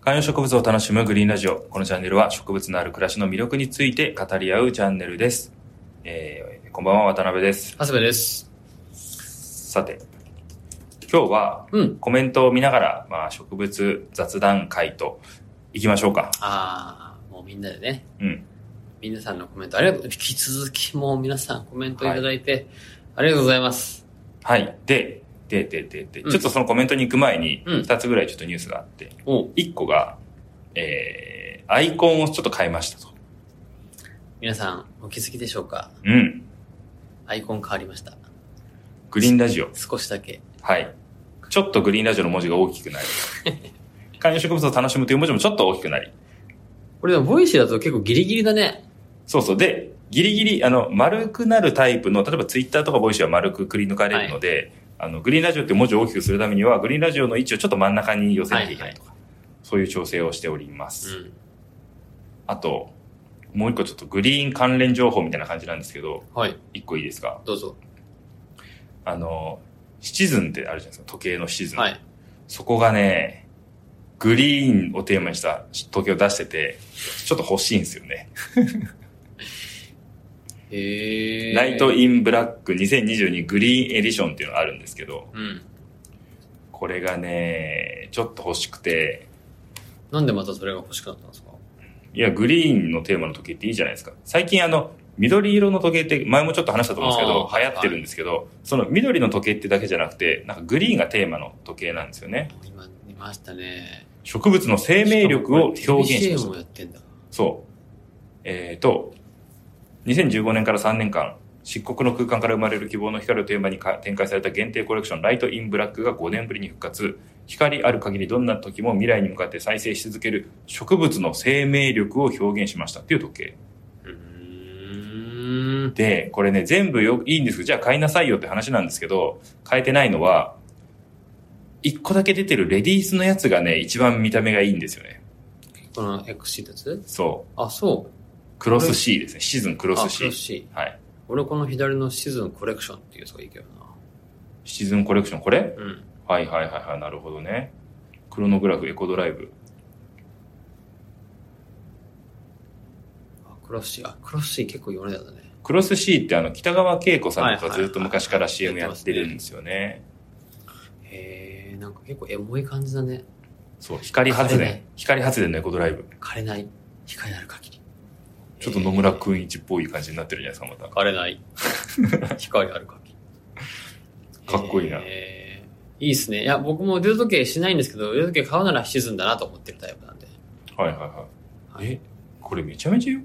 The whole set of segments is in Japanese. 観葉植物を楽しむグリーンラジオ。このチャンネルは植物のある暮らしの魅力について語り合うチャンネルです。えーこんばんは、渡辺です。長谷部です。さて、今日はうん。コメントを見ながら、まあ、植物雑談会と行きましょうか。ああ、もうみんなでね、うん。皆さんのコメント、ありがとう。引き続きもう皆さんコメントいただいて、ありがとうございます。はい。で、で、で、で、で、うんちょっとそのコメントに行く前に、うん2つぐらいちょっとニュースがあって、おう1個が、えー、アイコンをちょっと変えましたと。皆さんお気づきでしょうかうん。アイコン変わりました。グリーンラジオ。少しだけ。はい。ちょっとグリーンラジオの文字が大きくなり、 観葉植物を楽しむという文字もちょっと大きくなり、これでもボイシーだと結構ギリギリだね。そうそう。で、ギリギリ、あの、丸くなるタイプの、例えばツイッターとかボイシーは丸くくり抜かれるので、あの、グリーンラジオって文字を大きくするためには、グリーンラジオの位置をちょっと真ん中に寄せなきゃいけないとか、そういう調整をしております。うん。あと、もう一個ちょっとグリーン関連情報みたいな感じなんですけど、はい、一個いいですかどうぞ。あの、シチズンってあるじゃないですか、時計のシチズン。はい。そこがね、グリーンをテーマにした時計を出してて、ちょっと欲しいんですよね。へえ。ライトインブラック2022グリーンエディションっていうのがあるんですけど、うん。これがね、ちょっと欲しくて、なんでまたそれが欲しくなったんですかいや、グリーンのテーマの時計っていいじゃないですか。最近あの、緑色の時計って前もちょっと話したと思うんですけど、あー流行ってるんですけど、その緑の時計ってだけじゃなくて、なんかグリーンがテーマの時計なんですよね。今見ましたね。植物の生命力を表現しました BGM もやってんだ。そう。えっ、と、2015年から3年間、漆黒の空間から生まれる希望の光をテーマにか展開された限定コレクション、ライト・イン・ブラックが5年ぶりに復活。光ある限りどんな時も未来に向かって再生し続ける植物の生命力を表現しましたっていう時計。うーん。で、これね、全部よ、いいんですけど、じゃあ買いなさいよって話なんですけど、買えてないのは、1個だけ出てるレディースのやつがね、一番見た目がいいんですよね。この XC ってやつそう。あ、そう。クロス C ですね。シーズンクロあスクロス C。 C。はい。俺この左のシズンコレクションっていうやつがいいけどシーズンコレクション、これな。うん。はいはいはいはい、なるほどね。クロノグラフ、エコドライブ。あ、クロッシー。あ、クロッシー結構米田だね。クロス C ってあの、北川景子さんとはかいはいはいずっと昔から CM やってるんですよね。へえ、なんか結構エモい感じだね。そう、光発あれ電ね。光発電のエコドライブ。枯れない。光ある限り。ちょっと野村えくん一っぽい感じになってるじゃないですか、まー。枯 れない。光ある限り。かっこいいなえーいいっすね。いや、僕も腕時計しないんですけど、腕時計買うならシズンだなと思ってるタイプなんで。た。はいはいは。はいいえ、これめちゃめちゃよ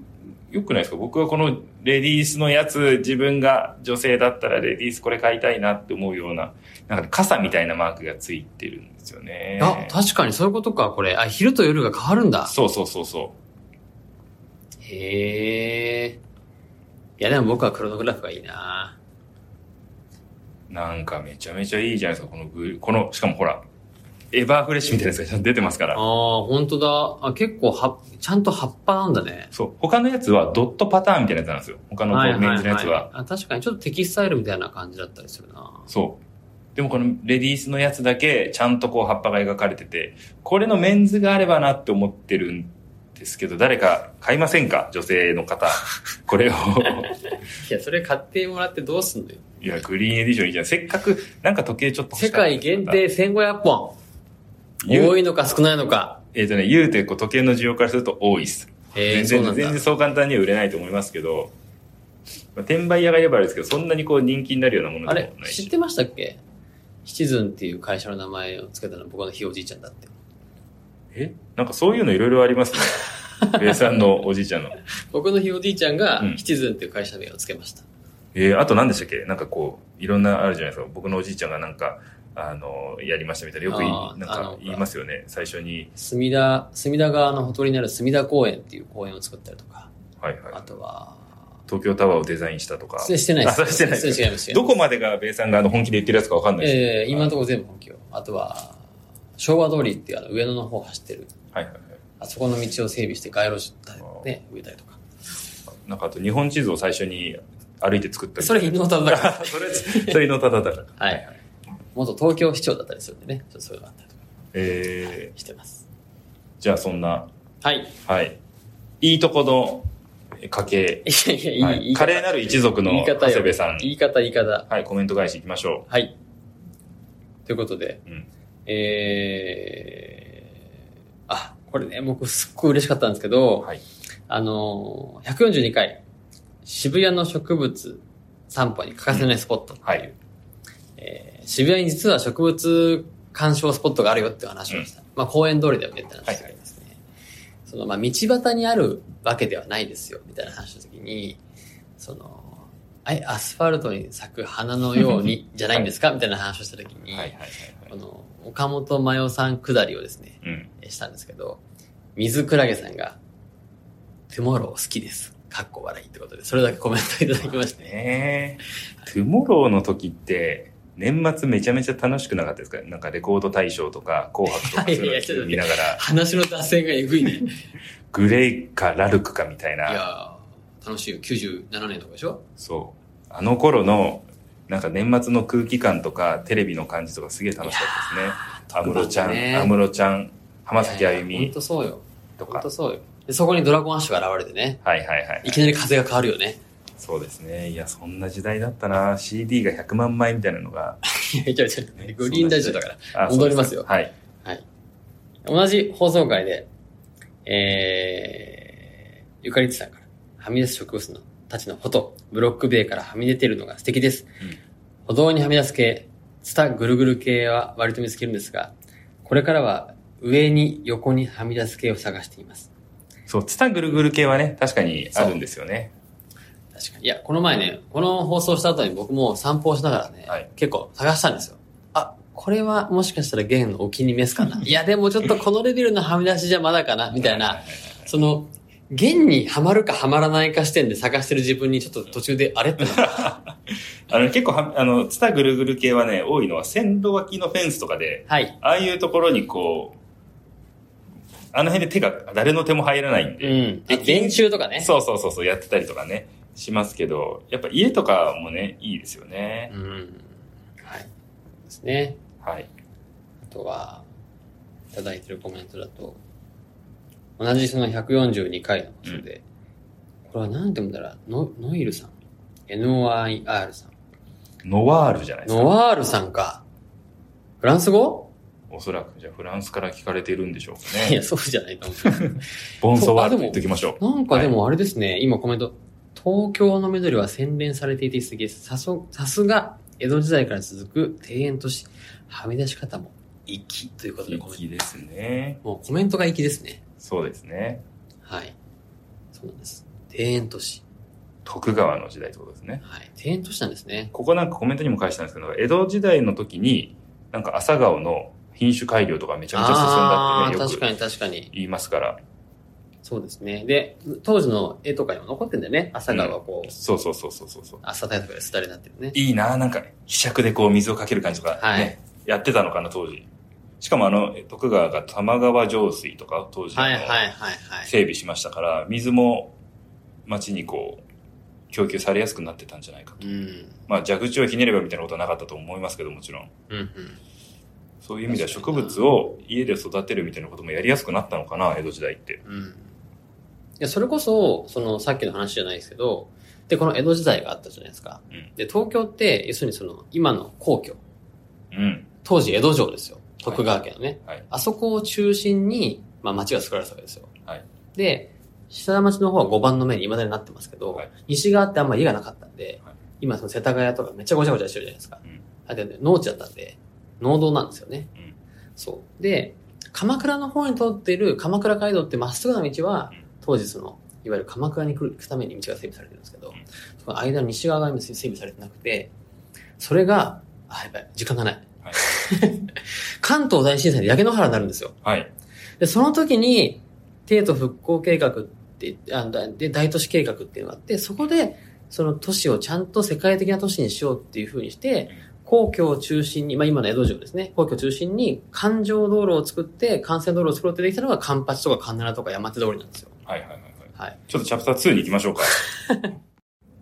よくないですか僕はこのレディースのやつ、自分が女性だったらレディースこれ買いたいなって思うような、なんかね傘みたいなマークがついてるんですよね。あ、確かにそういうことか、これ。あ、昼と夜が変わるんだ。そうそうそうそう。へえ。いや、でも僕はクロノグラフがいいななんかめちゃめちゃいいじゃないですか、このグリこの、しかもほら、エバーフレッシュみたいなやつが出てますかあら。あ、本当だ。あ、結構は、ちゃんと葉っぱなんだね。そう。他のやつはドットパターンみたいなやつなんですよ。他のこうメンズのやつは。あ。確かにちょっとテキスタイルみたいな感じだったりするな。そう。でもこのレディースのやつだけ、ちゃんとこう葉っぱが描かれてて、これのメンズがあればなって思ってるんですけど、誰か買いませんか女性の 方。これを。いや、それ買ってもらってどうすんのよ。いや、グリーンエディションいいじゃん。せっかく、なんか時計ちょっと欲世しかった界限。定1500本。言う多いのか少ないのか。えっ、とね、言うてこう時計の需要からすると多いっす。えー、そう全な然ん全だ然。そう簡単には売れないと思いますけど、まあ、転売屋がいればあれですけどそんなにこう人気になるようなものあでれも、ない知っしてましたっけシチズンっていう会社の名前を付けたのは僕のひいおじいちゃんだって。えなんかそういうのいろいろあり ますねベイさんのおじいちゃんの僕のひいおじいちゃんがうんシチズンっていう会社名を付けました。えー、あと何でしたっけなんかこういろんなあるじゃないですか僕のおじいちゃんがなんかあのやりましたみたいなよくいあーなんあかの言いますよね最初に隅田、隅田川のほとりにある隅田公園っていう公園を作ったりとか、はいはいあとは、東京タワーをデザインしたとか失礼してないです。あそれしてない失礼違います。どこまでがベイさんがあの本気で言ってるやつかわかんないですけどええ今のところ全部本気よ。あとは、昭和通りっていうあの上野の方走ってる、はいはいはいあそこの道を整備して街路樹ね、植えたりとか。なんかあと日本地図を最初に歩いて作ったりそれ、犬のただか あそれそれのただだからら。はい。元東京市長だったりするんでね、ちょっとそういうのがあったりとかえしてます。ー、じゃあそんな、はい。はい。いいとこのえ家系、いやいや、いい、はい言い華方麗なる一族言のい方長よ谷部さん、言い方、言い方。はい、コメント返しいきましょはい。ということで、うんえー、あ、これね、僕すっごい嬉しかったんですけう。ど、はい。あのー、142回、渋谷の植物散歩に欠かせないスポットっていう、うんはいえー渋谷に実は植物鑑賞スポットがあるよっていう話をした。まあ公園通りだよねって話がありますね。その、まあ道端にあるわけではないですよ、みたいな話の時に、その、あいアスファルトに咲く花のようにじゃないんですか、みたいな話をした時に、はいはいはいこはい。の岡本真代さん下りをですね、うん。したんですけど、水クラゲさんが、トゥモロー好きです。かっこ笑いってことで、それだけコメントいただきまして。ねえ。トゥモローの時って、年末めちゃめちゃ楽しくなかったですかなんかレコード大賞とか、紅白とかそういやいやいちょうっとの見ながら、話の脱線がえぐいね。いグレイかラルクかみたいな、やー、楽しいよ。97年とかでしょそう。あの頃の、なんか年末の空気感とか、テレビの感じとかすげえ楽しかったですね。安室ちゃん、安室ちゃん、浜崎あゆ本み当そうよ。と本か当。そうよ。で、そこにドラゴンアッシュが現れてね、はいはいはいい。きなり風が変わるよね。そうですね。いや、そんな時代だったな。CD が100万枚みたいなのが。いやいやいやいやグリーン大丈夫だから。あ戻りますよそうでかはい。同じ放送会で、えー、ゆかりつさんから、はみ出す植物のたちのフォト、ブロック塀からはみ出ているのが素敵です。うん歩道にはみ出す系、ツタぐるぐる系は割と見つけるんですが、これからは上に横にはみ出す系を探しています。そう、ツタぐるぐる系はね、確かにあるんですよね。確かに。いや、この前ね、この放送した後に僕も散歩をしながらね、はい結構探したんですよ。あ、これはもしかしたら弦のお気に召すか な。いや、でもちょっとこのレベルのはみ出しじゃまだかな、みたいな。その、弦にはまるかはまらないか視点で探してる自分にちょっと途中であれってなった。あの、結構は、あの、ツタぐるぐる系はね、多いのは線路脇のフェンスとかで、はい。ああいうところにこう、あの辺で手が、誰の手も入らないんうで。ん。あで練習とかね。そうそうそうそう、やってたりとかね、しますけど、やっぱ家とかもね、いいですよね。うん。はい。ですね。はい。あとは、いただいてるコメントだと、同じその142回の放送で、これは何て読んだら、ノノイルさん ?NOIR さん。ノワールじゃないですノか。ワールさんか。フランス語、おそらく、じゃあフランスから聞かれてるんでしょうかね。 いや、そうじゃないと思う。ボンソワールと言っておきましょう。 なんかでもあれですね、今コメント。東京の緑は洗練されていて素敵です。さそさすが、江戸時代から続く庭園都市、はみ出し方も粋ということでコメン粋ですね。ト。もうコメントが粋ですね。そうですね。はい。そうなんです。庭園都市。徳川の時代ってことですね。はい。庭園都市なんですね。ここなんかコメントにも返したんですけど、江戸時代の時に、なんか朝顔の品種改良とかめちゃめちゃ進んだあっあてー、ね、よ確かくに確かに。言いますから。そうですね。で、当時の絵とかにも残ってんだよね。朝顔はこう、そうそうそうそうそうそう。朝太陽とかで廃れになってるね。いいなぁ、なんか、ひしゃくでこう水をかける感じとか、ね、はいやってたのかな、当時。しかもあの、徳川が玉川上水とか、当時、はいはいあはいのはい。整備しましたから、水も町にこう、供給されやすくなってたんじゃないかと。うん。まあ、蛇口をひねればみたいなことはなかったと思いますけど、もちろん。うんうん。そういう意味では植物を家で育てるみたいなこともやりやすくなったのかな、江戸時代って。うん。いや、それこそ、その、さっきの話じゃないですけど、で、この江戸時代があったじゃないですか。うんで、東京って、要するにその、今の皇居、うん。当時江戸城ですよ。徳川家のね。はい。あそこを中心に、まあ、町が作られたわけですよ。はいで、下町の方は5番の目に未だになってますけど、はい西側ってあんまり家がなかったんで、はい今その世田谷とかめっちゃごちゃごちゃしてるじゃないですか。うんだって農地だったんで、農道なんですよね。うんそう。で、鎌倉の方に通っている鎌倉街道ってまっすぐな道はうん、当時その、いわゆる鎌倉に来る行くために道が整備されてるんですけど、うんその間の西側が今整備されてなくて、それが、あ、やばい、時間がない。はい関東大震災で焼け野原になるんですよ。はい。で、その時に、帝都復興計画って、あだで、大都市計画っていうのがあって、そこで、その都市をちゃんと世界的な都市にしようっていうふうにして、皇居を中心に、まあ今の江戸城ですね、皇居を中心に環状道路を作って、幹線道路を作ろうってできたのが、環八とか環七とか山手通りなんですよ。はいはいはいはい。はい。ちょっとチャプター2に行きま しょうか。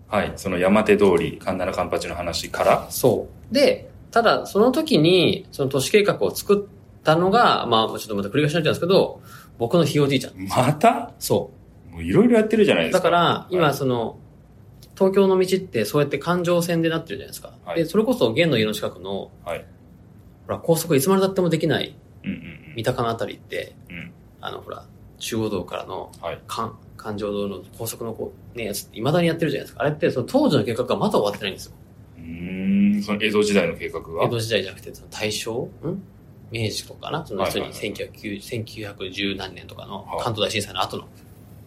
はい。その山手通り、神奈良カンパチの話から、そう。で、ただその時に、その都市計画を作たのが、まあ、ちょっとまた繰り返しになっちゃうんですけど、僕のひいおじいちゃん。またそう。もういろいろやってるじゃないですだか。から、今はいその、東京の道ってそうやって環状線でなってるじゃないですか。はいで、それこそ、玄の家の近くの、はいほら、高速いつまでだってもできないうん三鷹のあたりって、うんうん。うん。あの、ほら、中央道からのはい。環、環状道の高速のこう、ね、やつって未だにやってるじゃないですか。あれって、その当時の計画がまだ終わってないんですよ。うーん、その江戸時代の計画が。江戸時代じゃなくて、その大正ん明治とかなその、はいそはいはれいに1909 1910何年とかのはい関東大震災の後の。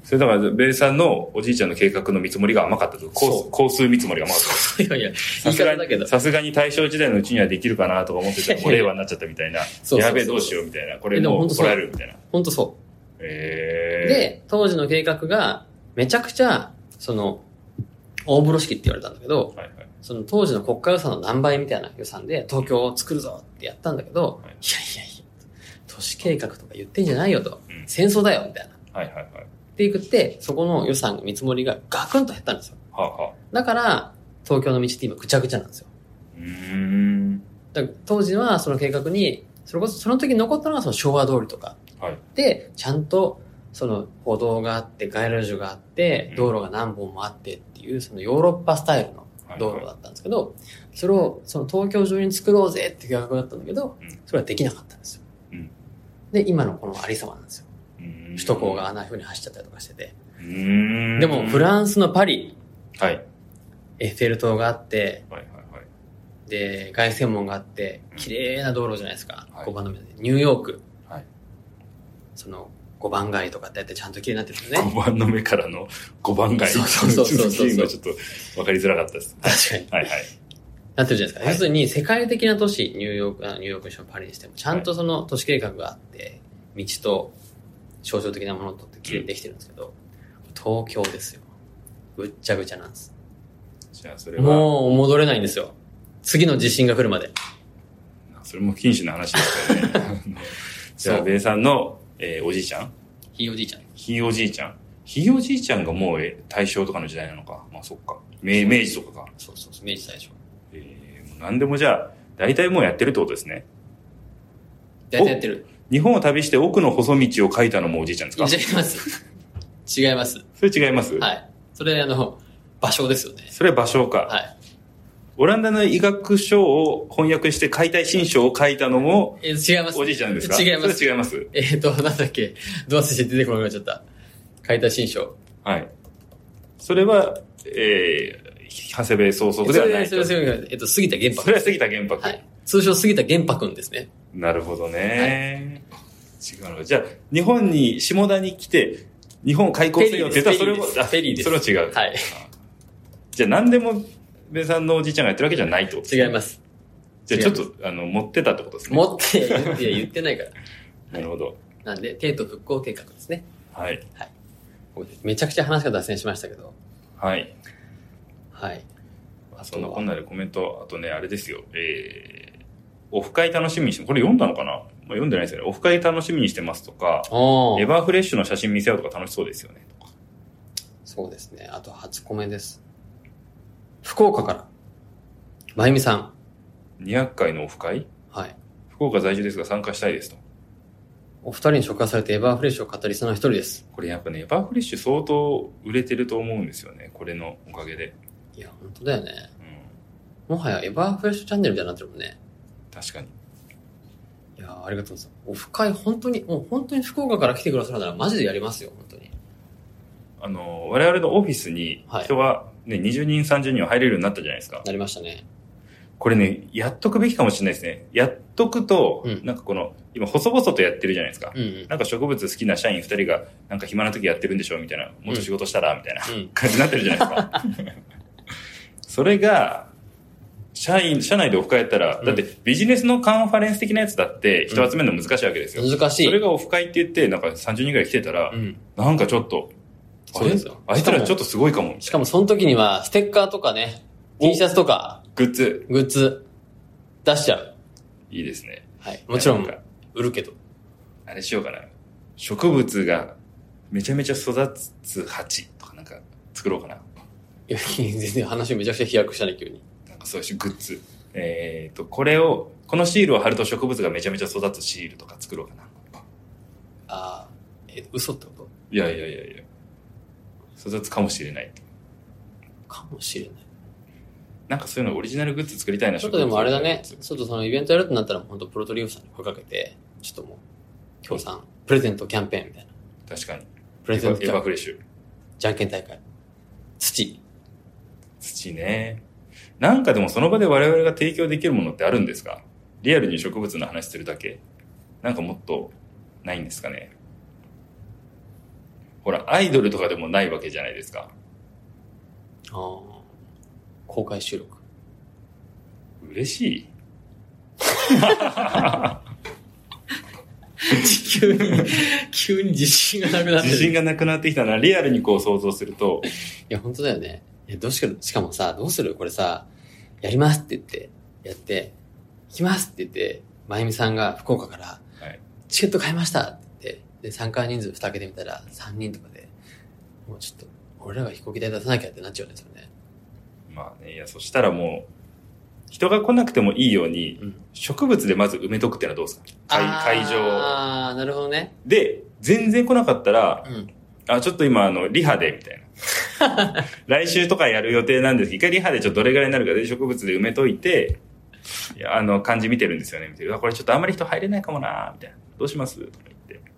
それだから、ベイさんのおじいちゃんの計画の見積もりが甘かったと。そ高う高数見積もりが甘かった。そういやいや、さ言いすが方にだけど。さすがに大正時代のうちにはできるかなとか思ってて、もう令和になっちゃったみたいな。 そうそうそうやべえ、どうしようみたいな。これえでももう本当そ怒うられるみたいな。ほんとそう。えー、で、当時の計画が、めちゃくちゃ、その、大風呂敷って言われたんだけど、はいはい、その当時の国家予算の何倍みたいな予算で東京を作るぞってやったんだけど、はいい、やいやいや、都市計画とか言ってんじゃないよと、うん戦争だよみたいな。っはいはいはい。て言って、そこの予算見積もりがガクンと減ったんですよ。はあ、はあ、だから、東京の道って今ぐちゃぐちゃなんですよ。うーん。だから当時はその計画に、それこそその時残ったのがその昭和通りとか、はい。で、ちゃんと、その歩道があって、街路樹があってうん、道路が何本もあってっていう、そのヨーロッパスタイルのはい道路だったんですけど、それを、その東京中に作ろうぜっていう計画だったんだけどうん、それはできなかったんですようん。で、今のこのありさまなんですよ。うーん首都高があんな風に走っちゃったりとかしてて。うーん。でも、フランスのパリ、はい。はいエッフェル塔があって、はいはい。で、凱旋門があって、綺麗な道路じゃないですか。はい5番の目で。ニューヨーク。はいその、5番街とかってやってちゃんと綺麗になってるんですね。 5番の目からの5番街。そうそうそうちそうょっと今 ちょっと分かりづらかったです。確かに。はいはい。なってるじゃないですか。はい要するに、世界的な都市、ニューヨーク、あニューヨークにしてもパリにしても、ちゃんとその都市計画があって、道と象徴的なものとって綺麗にできてるんですけど、東京ですよ。ぐっちゃぐちゃなんです。じゃあそれは、もう戻れないんですよ。次の地震が来るまで。それも不謹慎な話です からね。あのじゃあ、そうベイさんの、えーおじいちゃんひいおじいちゃん。ひいおじいちゃんひいおじいちゃんがもうえ大正とかの時代なのか。まあそっか。明明治とかか。そうそうそう、明治最初。えー、もう何でもじゃあ、大体もうやってるってことですね。大体やってる。日本を旅して奥の細道を書いたのもおじいちゃんです違かいます。違います。それ違いますはい。それ、あの、場所ですよね。それは芭蕉か。はい。オランダの医学書を翻訳して解体新書を書いたのもえー、違います。おじいちゃんですか違いますそれ違います。えっ、ー、と、なんだっけ。どうせ出てこなくなっちゃった。解体新書。はい。それは、えー、長谷部総そ則ではないそと。れ、そそれれ、それえっと、杉田玄白。は杉田玄白。はい。通称杉田玄白くんですね。なるほどね。違うのか。じゃあ、日本に、下田に来て、日本を開港せよって言ったら、そフェれリーもです、あフェリーですそれは違う。はい。じゃあ、何でも、べさんのおじいちゃんがやってるわけじゃないってこと違います。じゃあ、ちょっと、あの、持ってたってことですね。持って、言って、言ってないかなら。るほど。なんで、帝都復興計画ですね。はい。めちゃくちゃ話が脱線しましたけど。はい。はい。まあそんなこんなでコメント、あとね、あれですよ。えー、オフ会楽しみにして、これ読んだのかな、まあ、読んでないですよね。オフ会楽しみにしてますとか、おエーバーフレッシュの写真見せようとか楽しそうですよね。とかそうですね。あと、初コメです。福岡から。まゆみさん。 200回のオフ会はい。福岡在住ですが参加したいですと。お二人に触発されてエバーフレッシュを語りその一人です。これやっぱね、エバーフレッシュ相当売れてると思うんですよね。これのおかげで。いや、本当だよね。うん。もはやエバーフレッシュチャンネルみたいになってるもんね。確かに。いやーありがとうございます。オフ会、本当に、もう本当に福岡から来てくださるならマジでやりますよ、本当に。あの、我々のオフィスにはい人がね、20人、30人は入れるようになったじゃないですか。なりましたね。これね、やっとくべきかもしれないですね。やっとくと、うんなんかこの、今細々とやってるじゃないですか。うんうん。なんか植物好きな社員二人が、なんか暇な時やってるんでしょみたいな、もっと仕事したらみたいな うん。感じになってるじゃないですか。 それが、社員、社内でオフ会やったら、うんだってビジネスのカンファレンス的なやつだって人集めるの難しいわけですよ。難しい。それがオフ会って言って、なんか30人ぐらい来てたら、うん。なんかちょっと、あそうれですよあいつらちょっとすごいかも。しかもその時には、ステッカーとかね、お T シャツとか、グッズ、グッズ、出しちゃう。いいですね。はい。もちろなんんか、売るけど。あれしようかな。植物がめちゃめちゃ育つ鉢とかなんか作ろうかな。いや全然話めちゃくちゃ飛躍したね、急に。なんかそういうグッズ。えっ、と、これを、このシールを貼ると植物がめちゃめちゃ育つシールとか作ろうかな。ああ、え、嘘ってこといやいやいやいや。育つかもしれない。かもしれない。なんかそういうのオリジナルグッズ作りたいな、ちょっとでもあれだね、植物ちょっとそのイベントやるってなったら、本当プロトリウスさんに声かけて、ちょっともう、協賛、プレゼントキャンペーンみたいな。確かに。プレエゼントヴキャァンフペーン。レッシュ。じゃんけん大会。土。土ね。なんかでもその場で我々が提供できるものってあるんですかリアルに植物の話するだけなんかもっとないんですかねほら、アイドルとかでもないわけじゃないですか。ああ。公開収録。嬉しい。 急に、急に自信がなくなって自信る。いがなくなってきたな。リアルにこう想像すると、や、本当だよね。いや、どうしよう、しかもさ、どうするこれさ、やりますって言って、やって、行きますって言って、まゆみさんが福岡からはい、チケット買いましたって言って、で、参加人数2桁見たら3人とかで、もうちょっと、俺らが飛行機代出さなきゃってなっちゃうんですよね。まあね、いや、そしたらもう、人が来なくてもいいように、うん植物でまず埋めとくっていうのはどうですか会会場。ああ、なるほどね。で、全然来なかったら、うん。あ、ちょっと今、あの、リハで、みたいな。 来週とかやる予定なんですけど、一回リハでちょっとどれぐらいになるかで植物で埋めといて、いやあの、漢字見てるんですよね、みたいな。あこれちょっとあんまり人入れないかもな、みたいな。どうしますとか言って。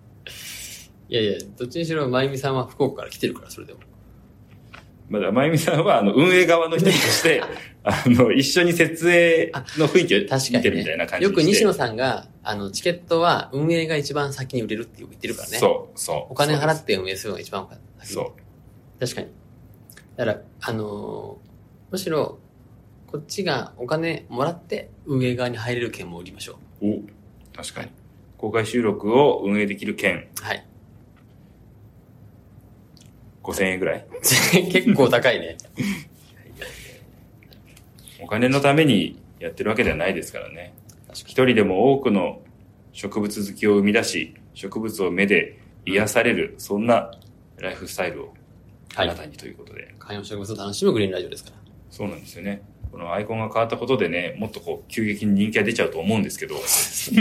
いやいや、どっちにしろ、まゆみさんは福岡から来てるから、それでも。まだ、まゆみさんは、あの、運営側の人と して、あの、一緒に設営の雰囲気を見確かてに、るみたいなね。感じよにくして西野さんが、あの、チケットは運営が一番先に売れるってよく言ってるからね。そう、そう。お金払て。って運営するのが一番先そう。確かに。だから、あのーむしろ、こっちがお金もらって運営側に入れる券も売りましょお確かに。公開収録を運営できる券、う。はい。 5000円ぐらい。 結構高いね。お金のためにやってるわけではないですからね。確か一人でも多くの植物好きを生み出し、植物を目で癒される、そんなライフスタイルをあはいなたにということで。観葉植物を楽しむグリーンラジオですから。そうなんですよね。このアイコンが変わったことでね、もっとこう、急激に人気が出ちゃうと思うんですけど、そ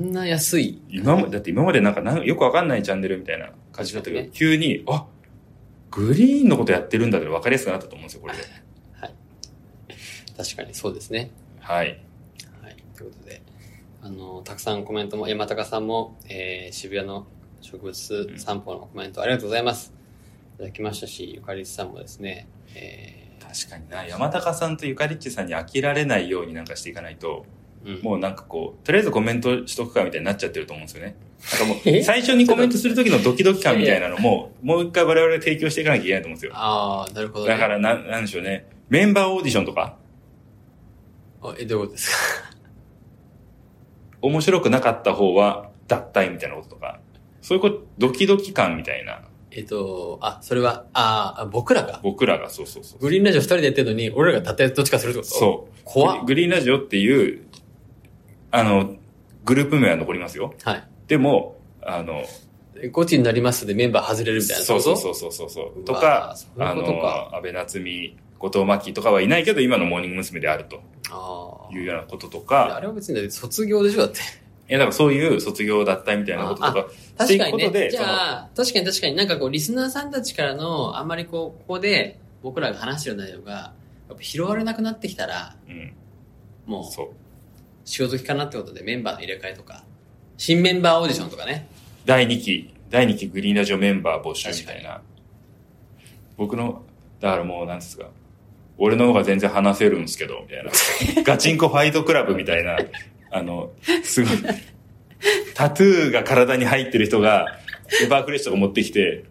んな安い。今まで、だって今までなんかなんよくわかんないチャンネルみたいな感じだったけど、確急に、あグリーンのことやってるんだって分かりやすくなったと思うんですよ、これで。確かにそうですね。はい。はい。ということで、あのーたくさんコメントも、山高さんも、えー渋谷の植物散歩のコメントありがとうございます。いただきましたし、ゆかりつさんもですね、え確かにな、山高さんとゆかりっちさんに飽きられないようになんかしていかないと、ーうん、もうなんかこう、とりあえずコメントしとくかみたいになっちゃってると思うんですよね。なんかもう、え最初にコメントする時のドキドキ感みたいなのも、もう一回我々提供していかなきゃいけないと思うんですよ。ああ、なるほど、ね。だから、なん、なんでしょうね。メンバーオーディションとか、あえ、どういうことですか 面白くなかった方は脱退みたいなこととか、そういうこと、ドキドキ感みたいな、えっと、あ、それは、あーあ、僕らが。僕らが、そうそうそう。グリーンラジオ二人でやってるのに、俺らがたったどっちかするってことう。そう。怖っグリーンラジオっていう、あの、グループ名は残りますよ。はい。でも、あの、ゴチになりますでメンバー外れるみたいな。そうそうう。そうそうそうそううとわかーそうあいうことかの安倍夏実後藤真希とかはいないけど今のモーニング娘。であるとあいうようなこととあ。あかれは別にだって卒業でしょだ って。いやだからそういう卒業だったみたいなこととかして確いかくにことね。でじゃあ、確かに確かになんかこう、リスナーさんたちからの、あんまりこう、ここで僕らが話してる内容が、やっぱ拾われなくなってきたら、そのうんもう、そう潮時かなってことでメンバーの入れ替えとか、新メンバーオーディションとかね。第2期第2期グリーンラジオメンバー募集みたいな僕のだからもうなんですか俺の方が全然話せるんですけどみたいな ガチンコファイトクラブみた いなあのすごいタトゥーが体に入ってる人がエバーフレッシュとか持ってきて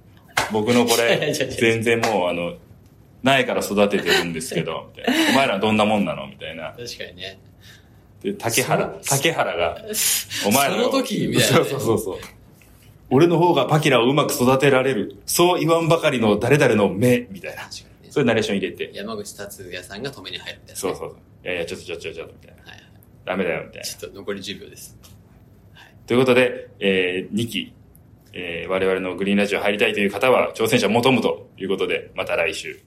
僕のこ いやいやれいやいや全然もうあの苗から育ててるんですけどみたいなお前らどんなもんなのみたいな確かにね。で竹原そう竹原がお前らその時みたいなそうねそうそうそう。俺の方がパキラをうまく育てられる。そう言わんばかりの誰々の目、みたいな。確かにねそういうナレーション入れて。山口達也さんが止めに入るみたいなそね、うそうそう。いやいや、ちょっとちょっとちょっとちょっと、みたいな。はいはい。ダメだよ、みたいな。ちょっと残り10秒です。ということで、えー、2期、えー、我々のグリーンラジオ入りたいという方は、挑戦者求むということで、また来週。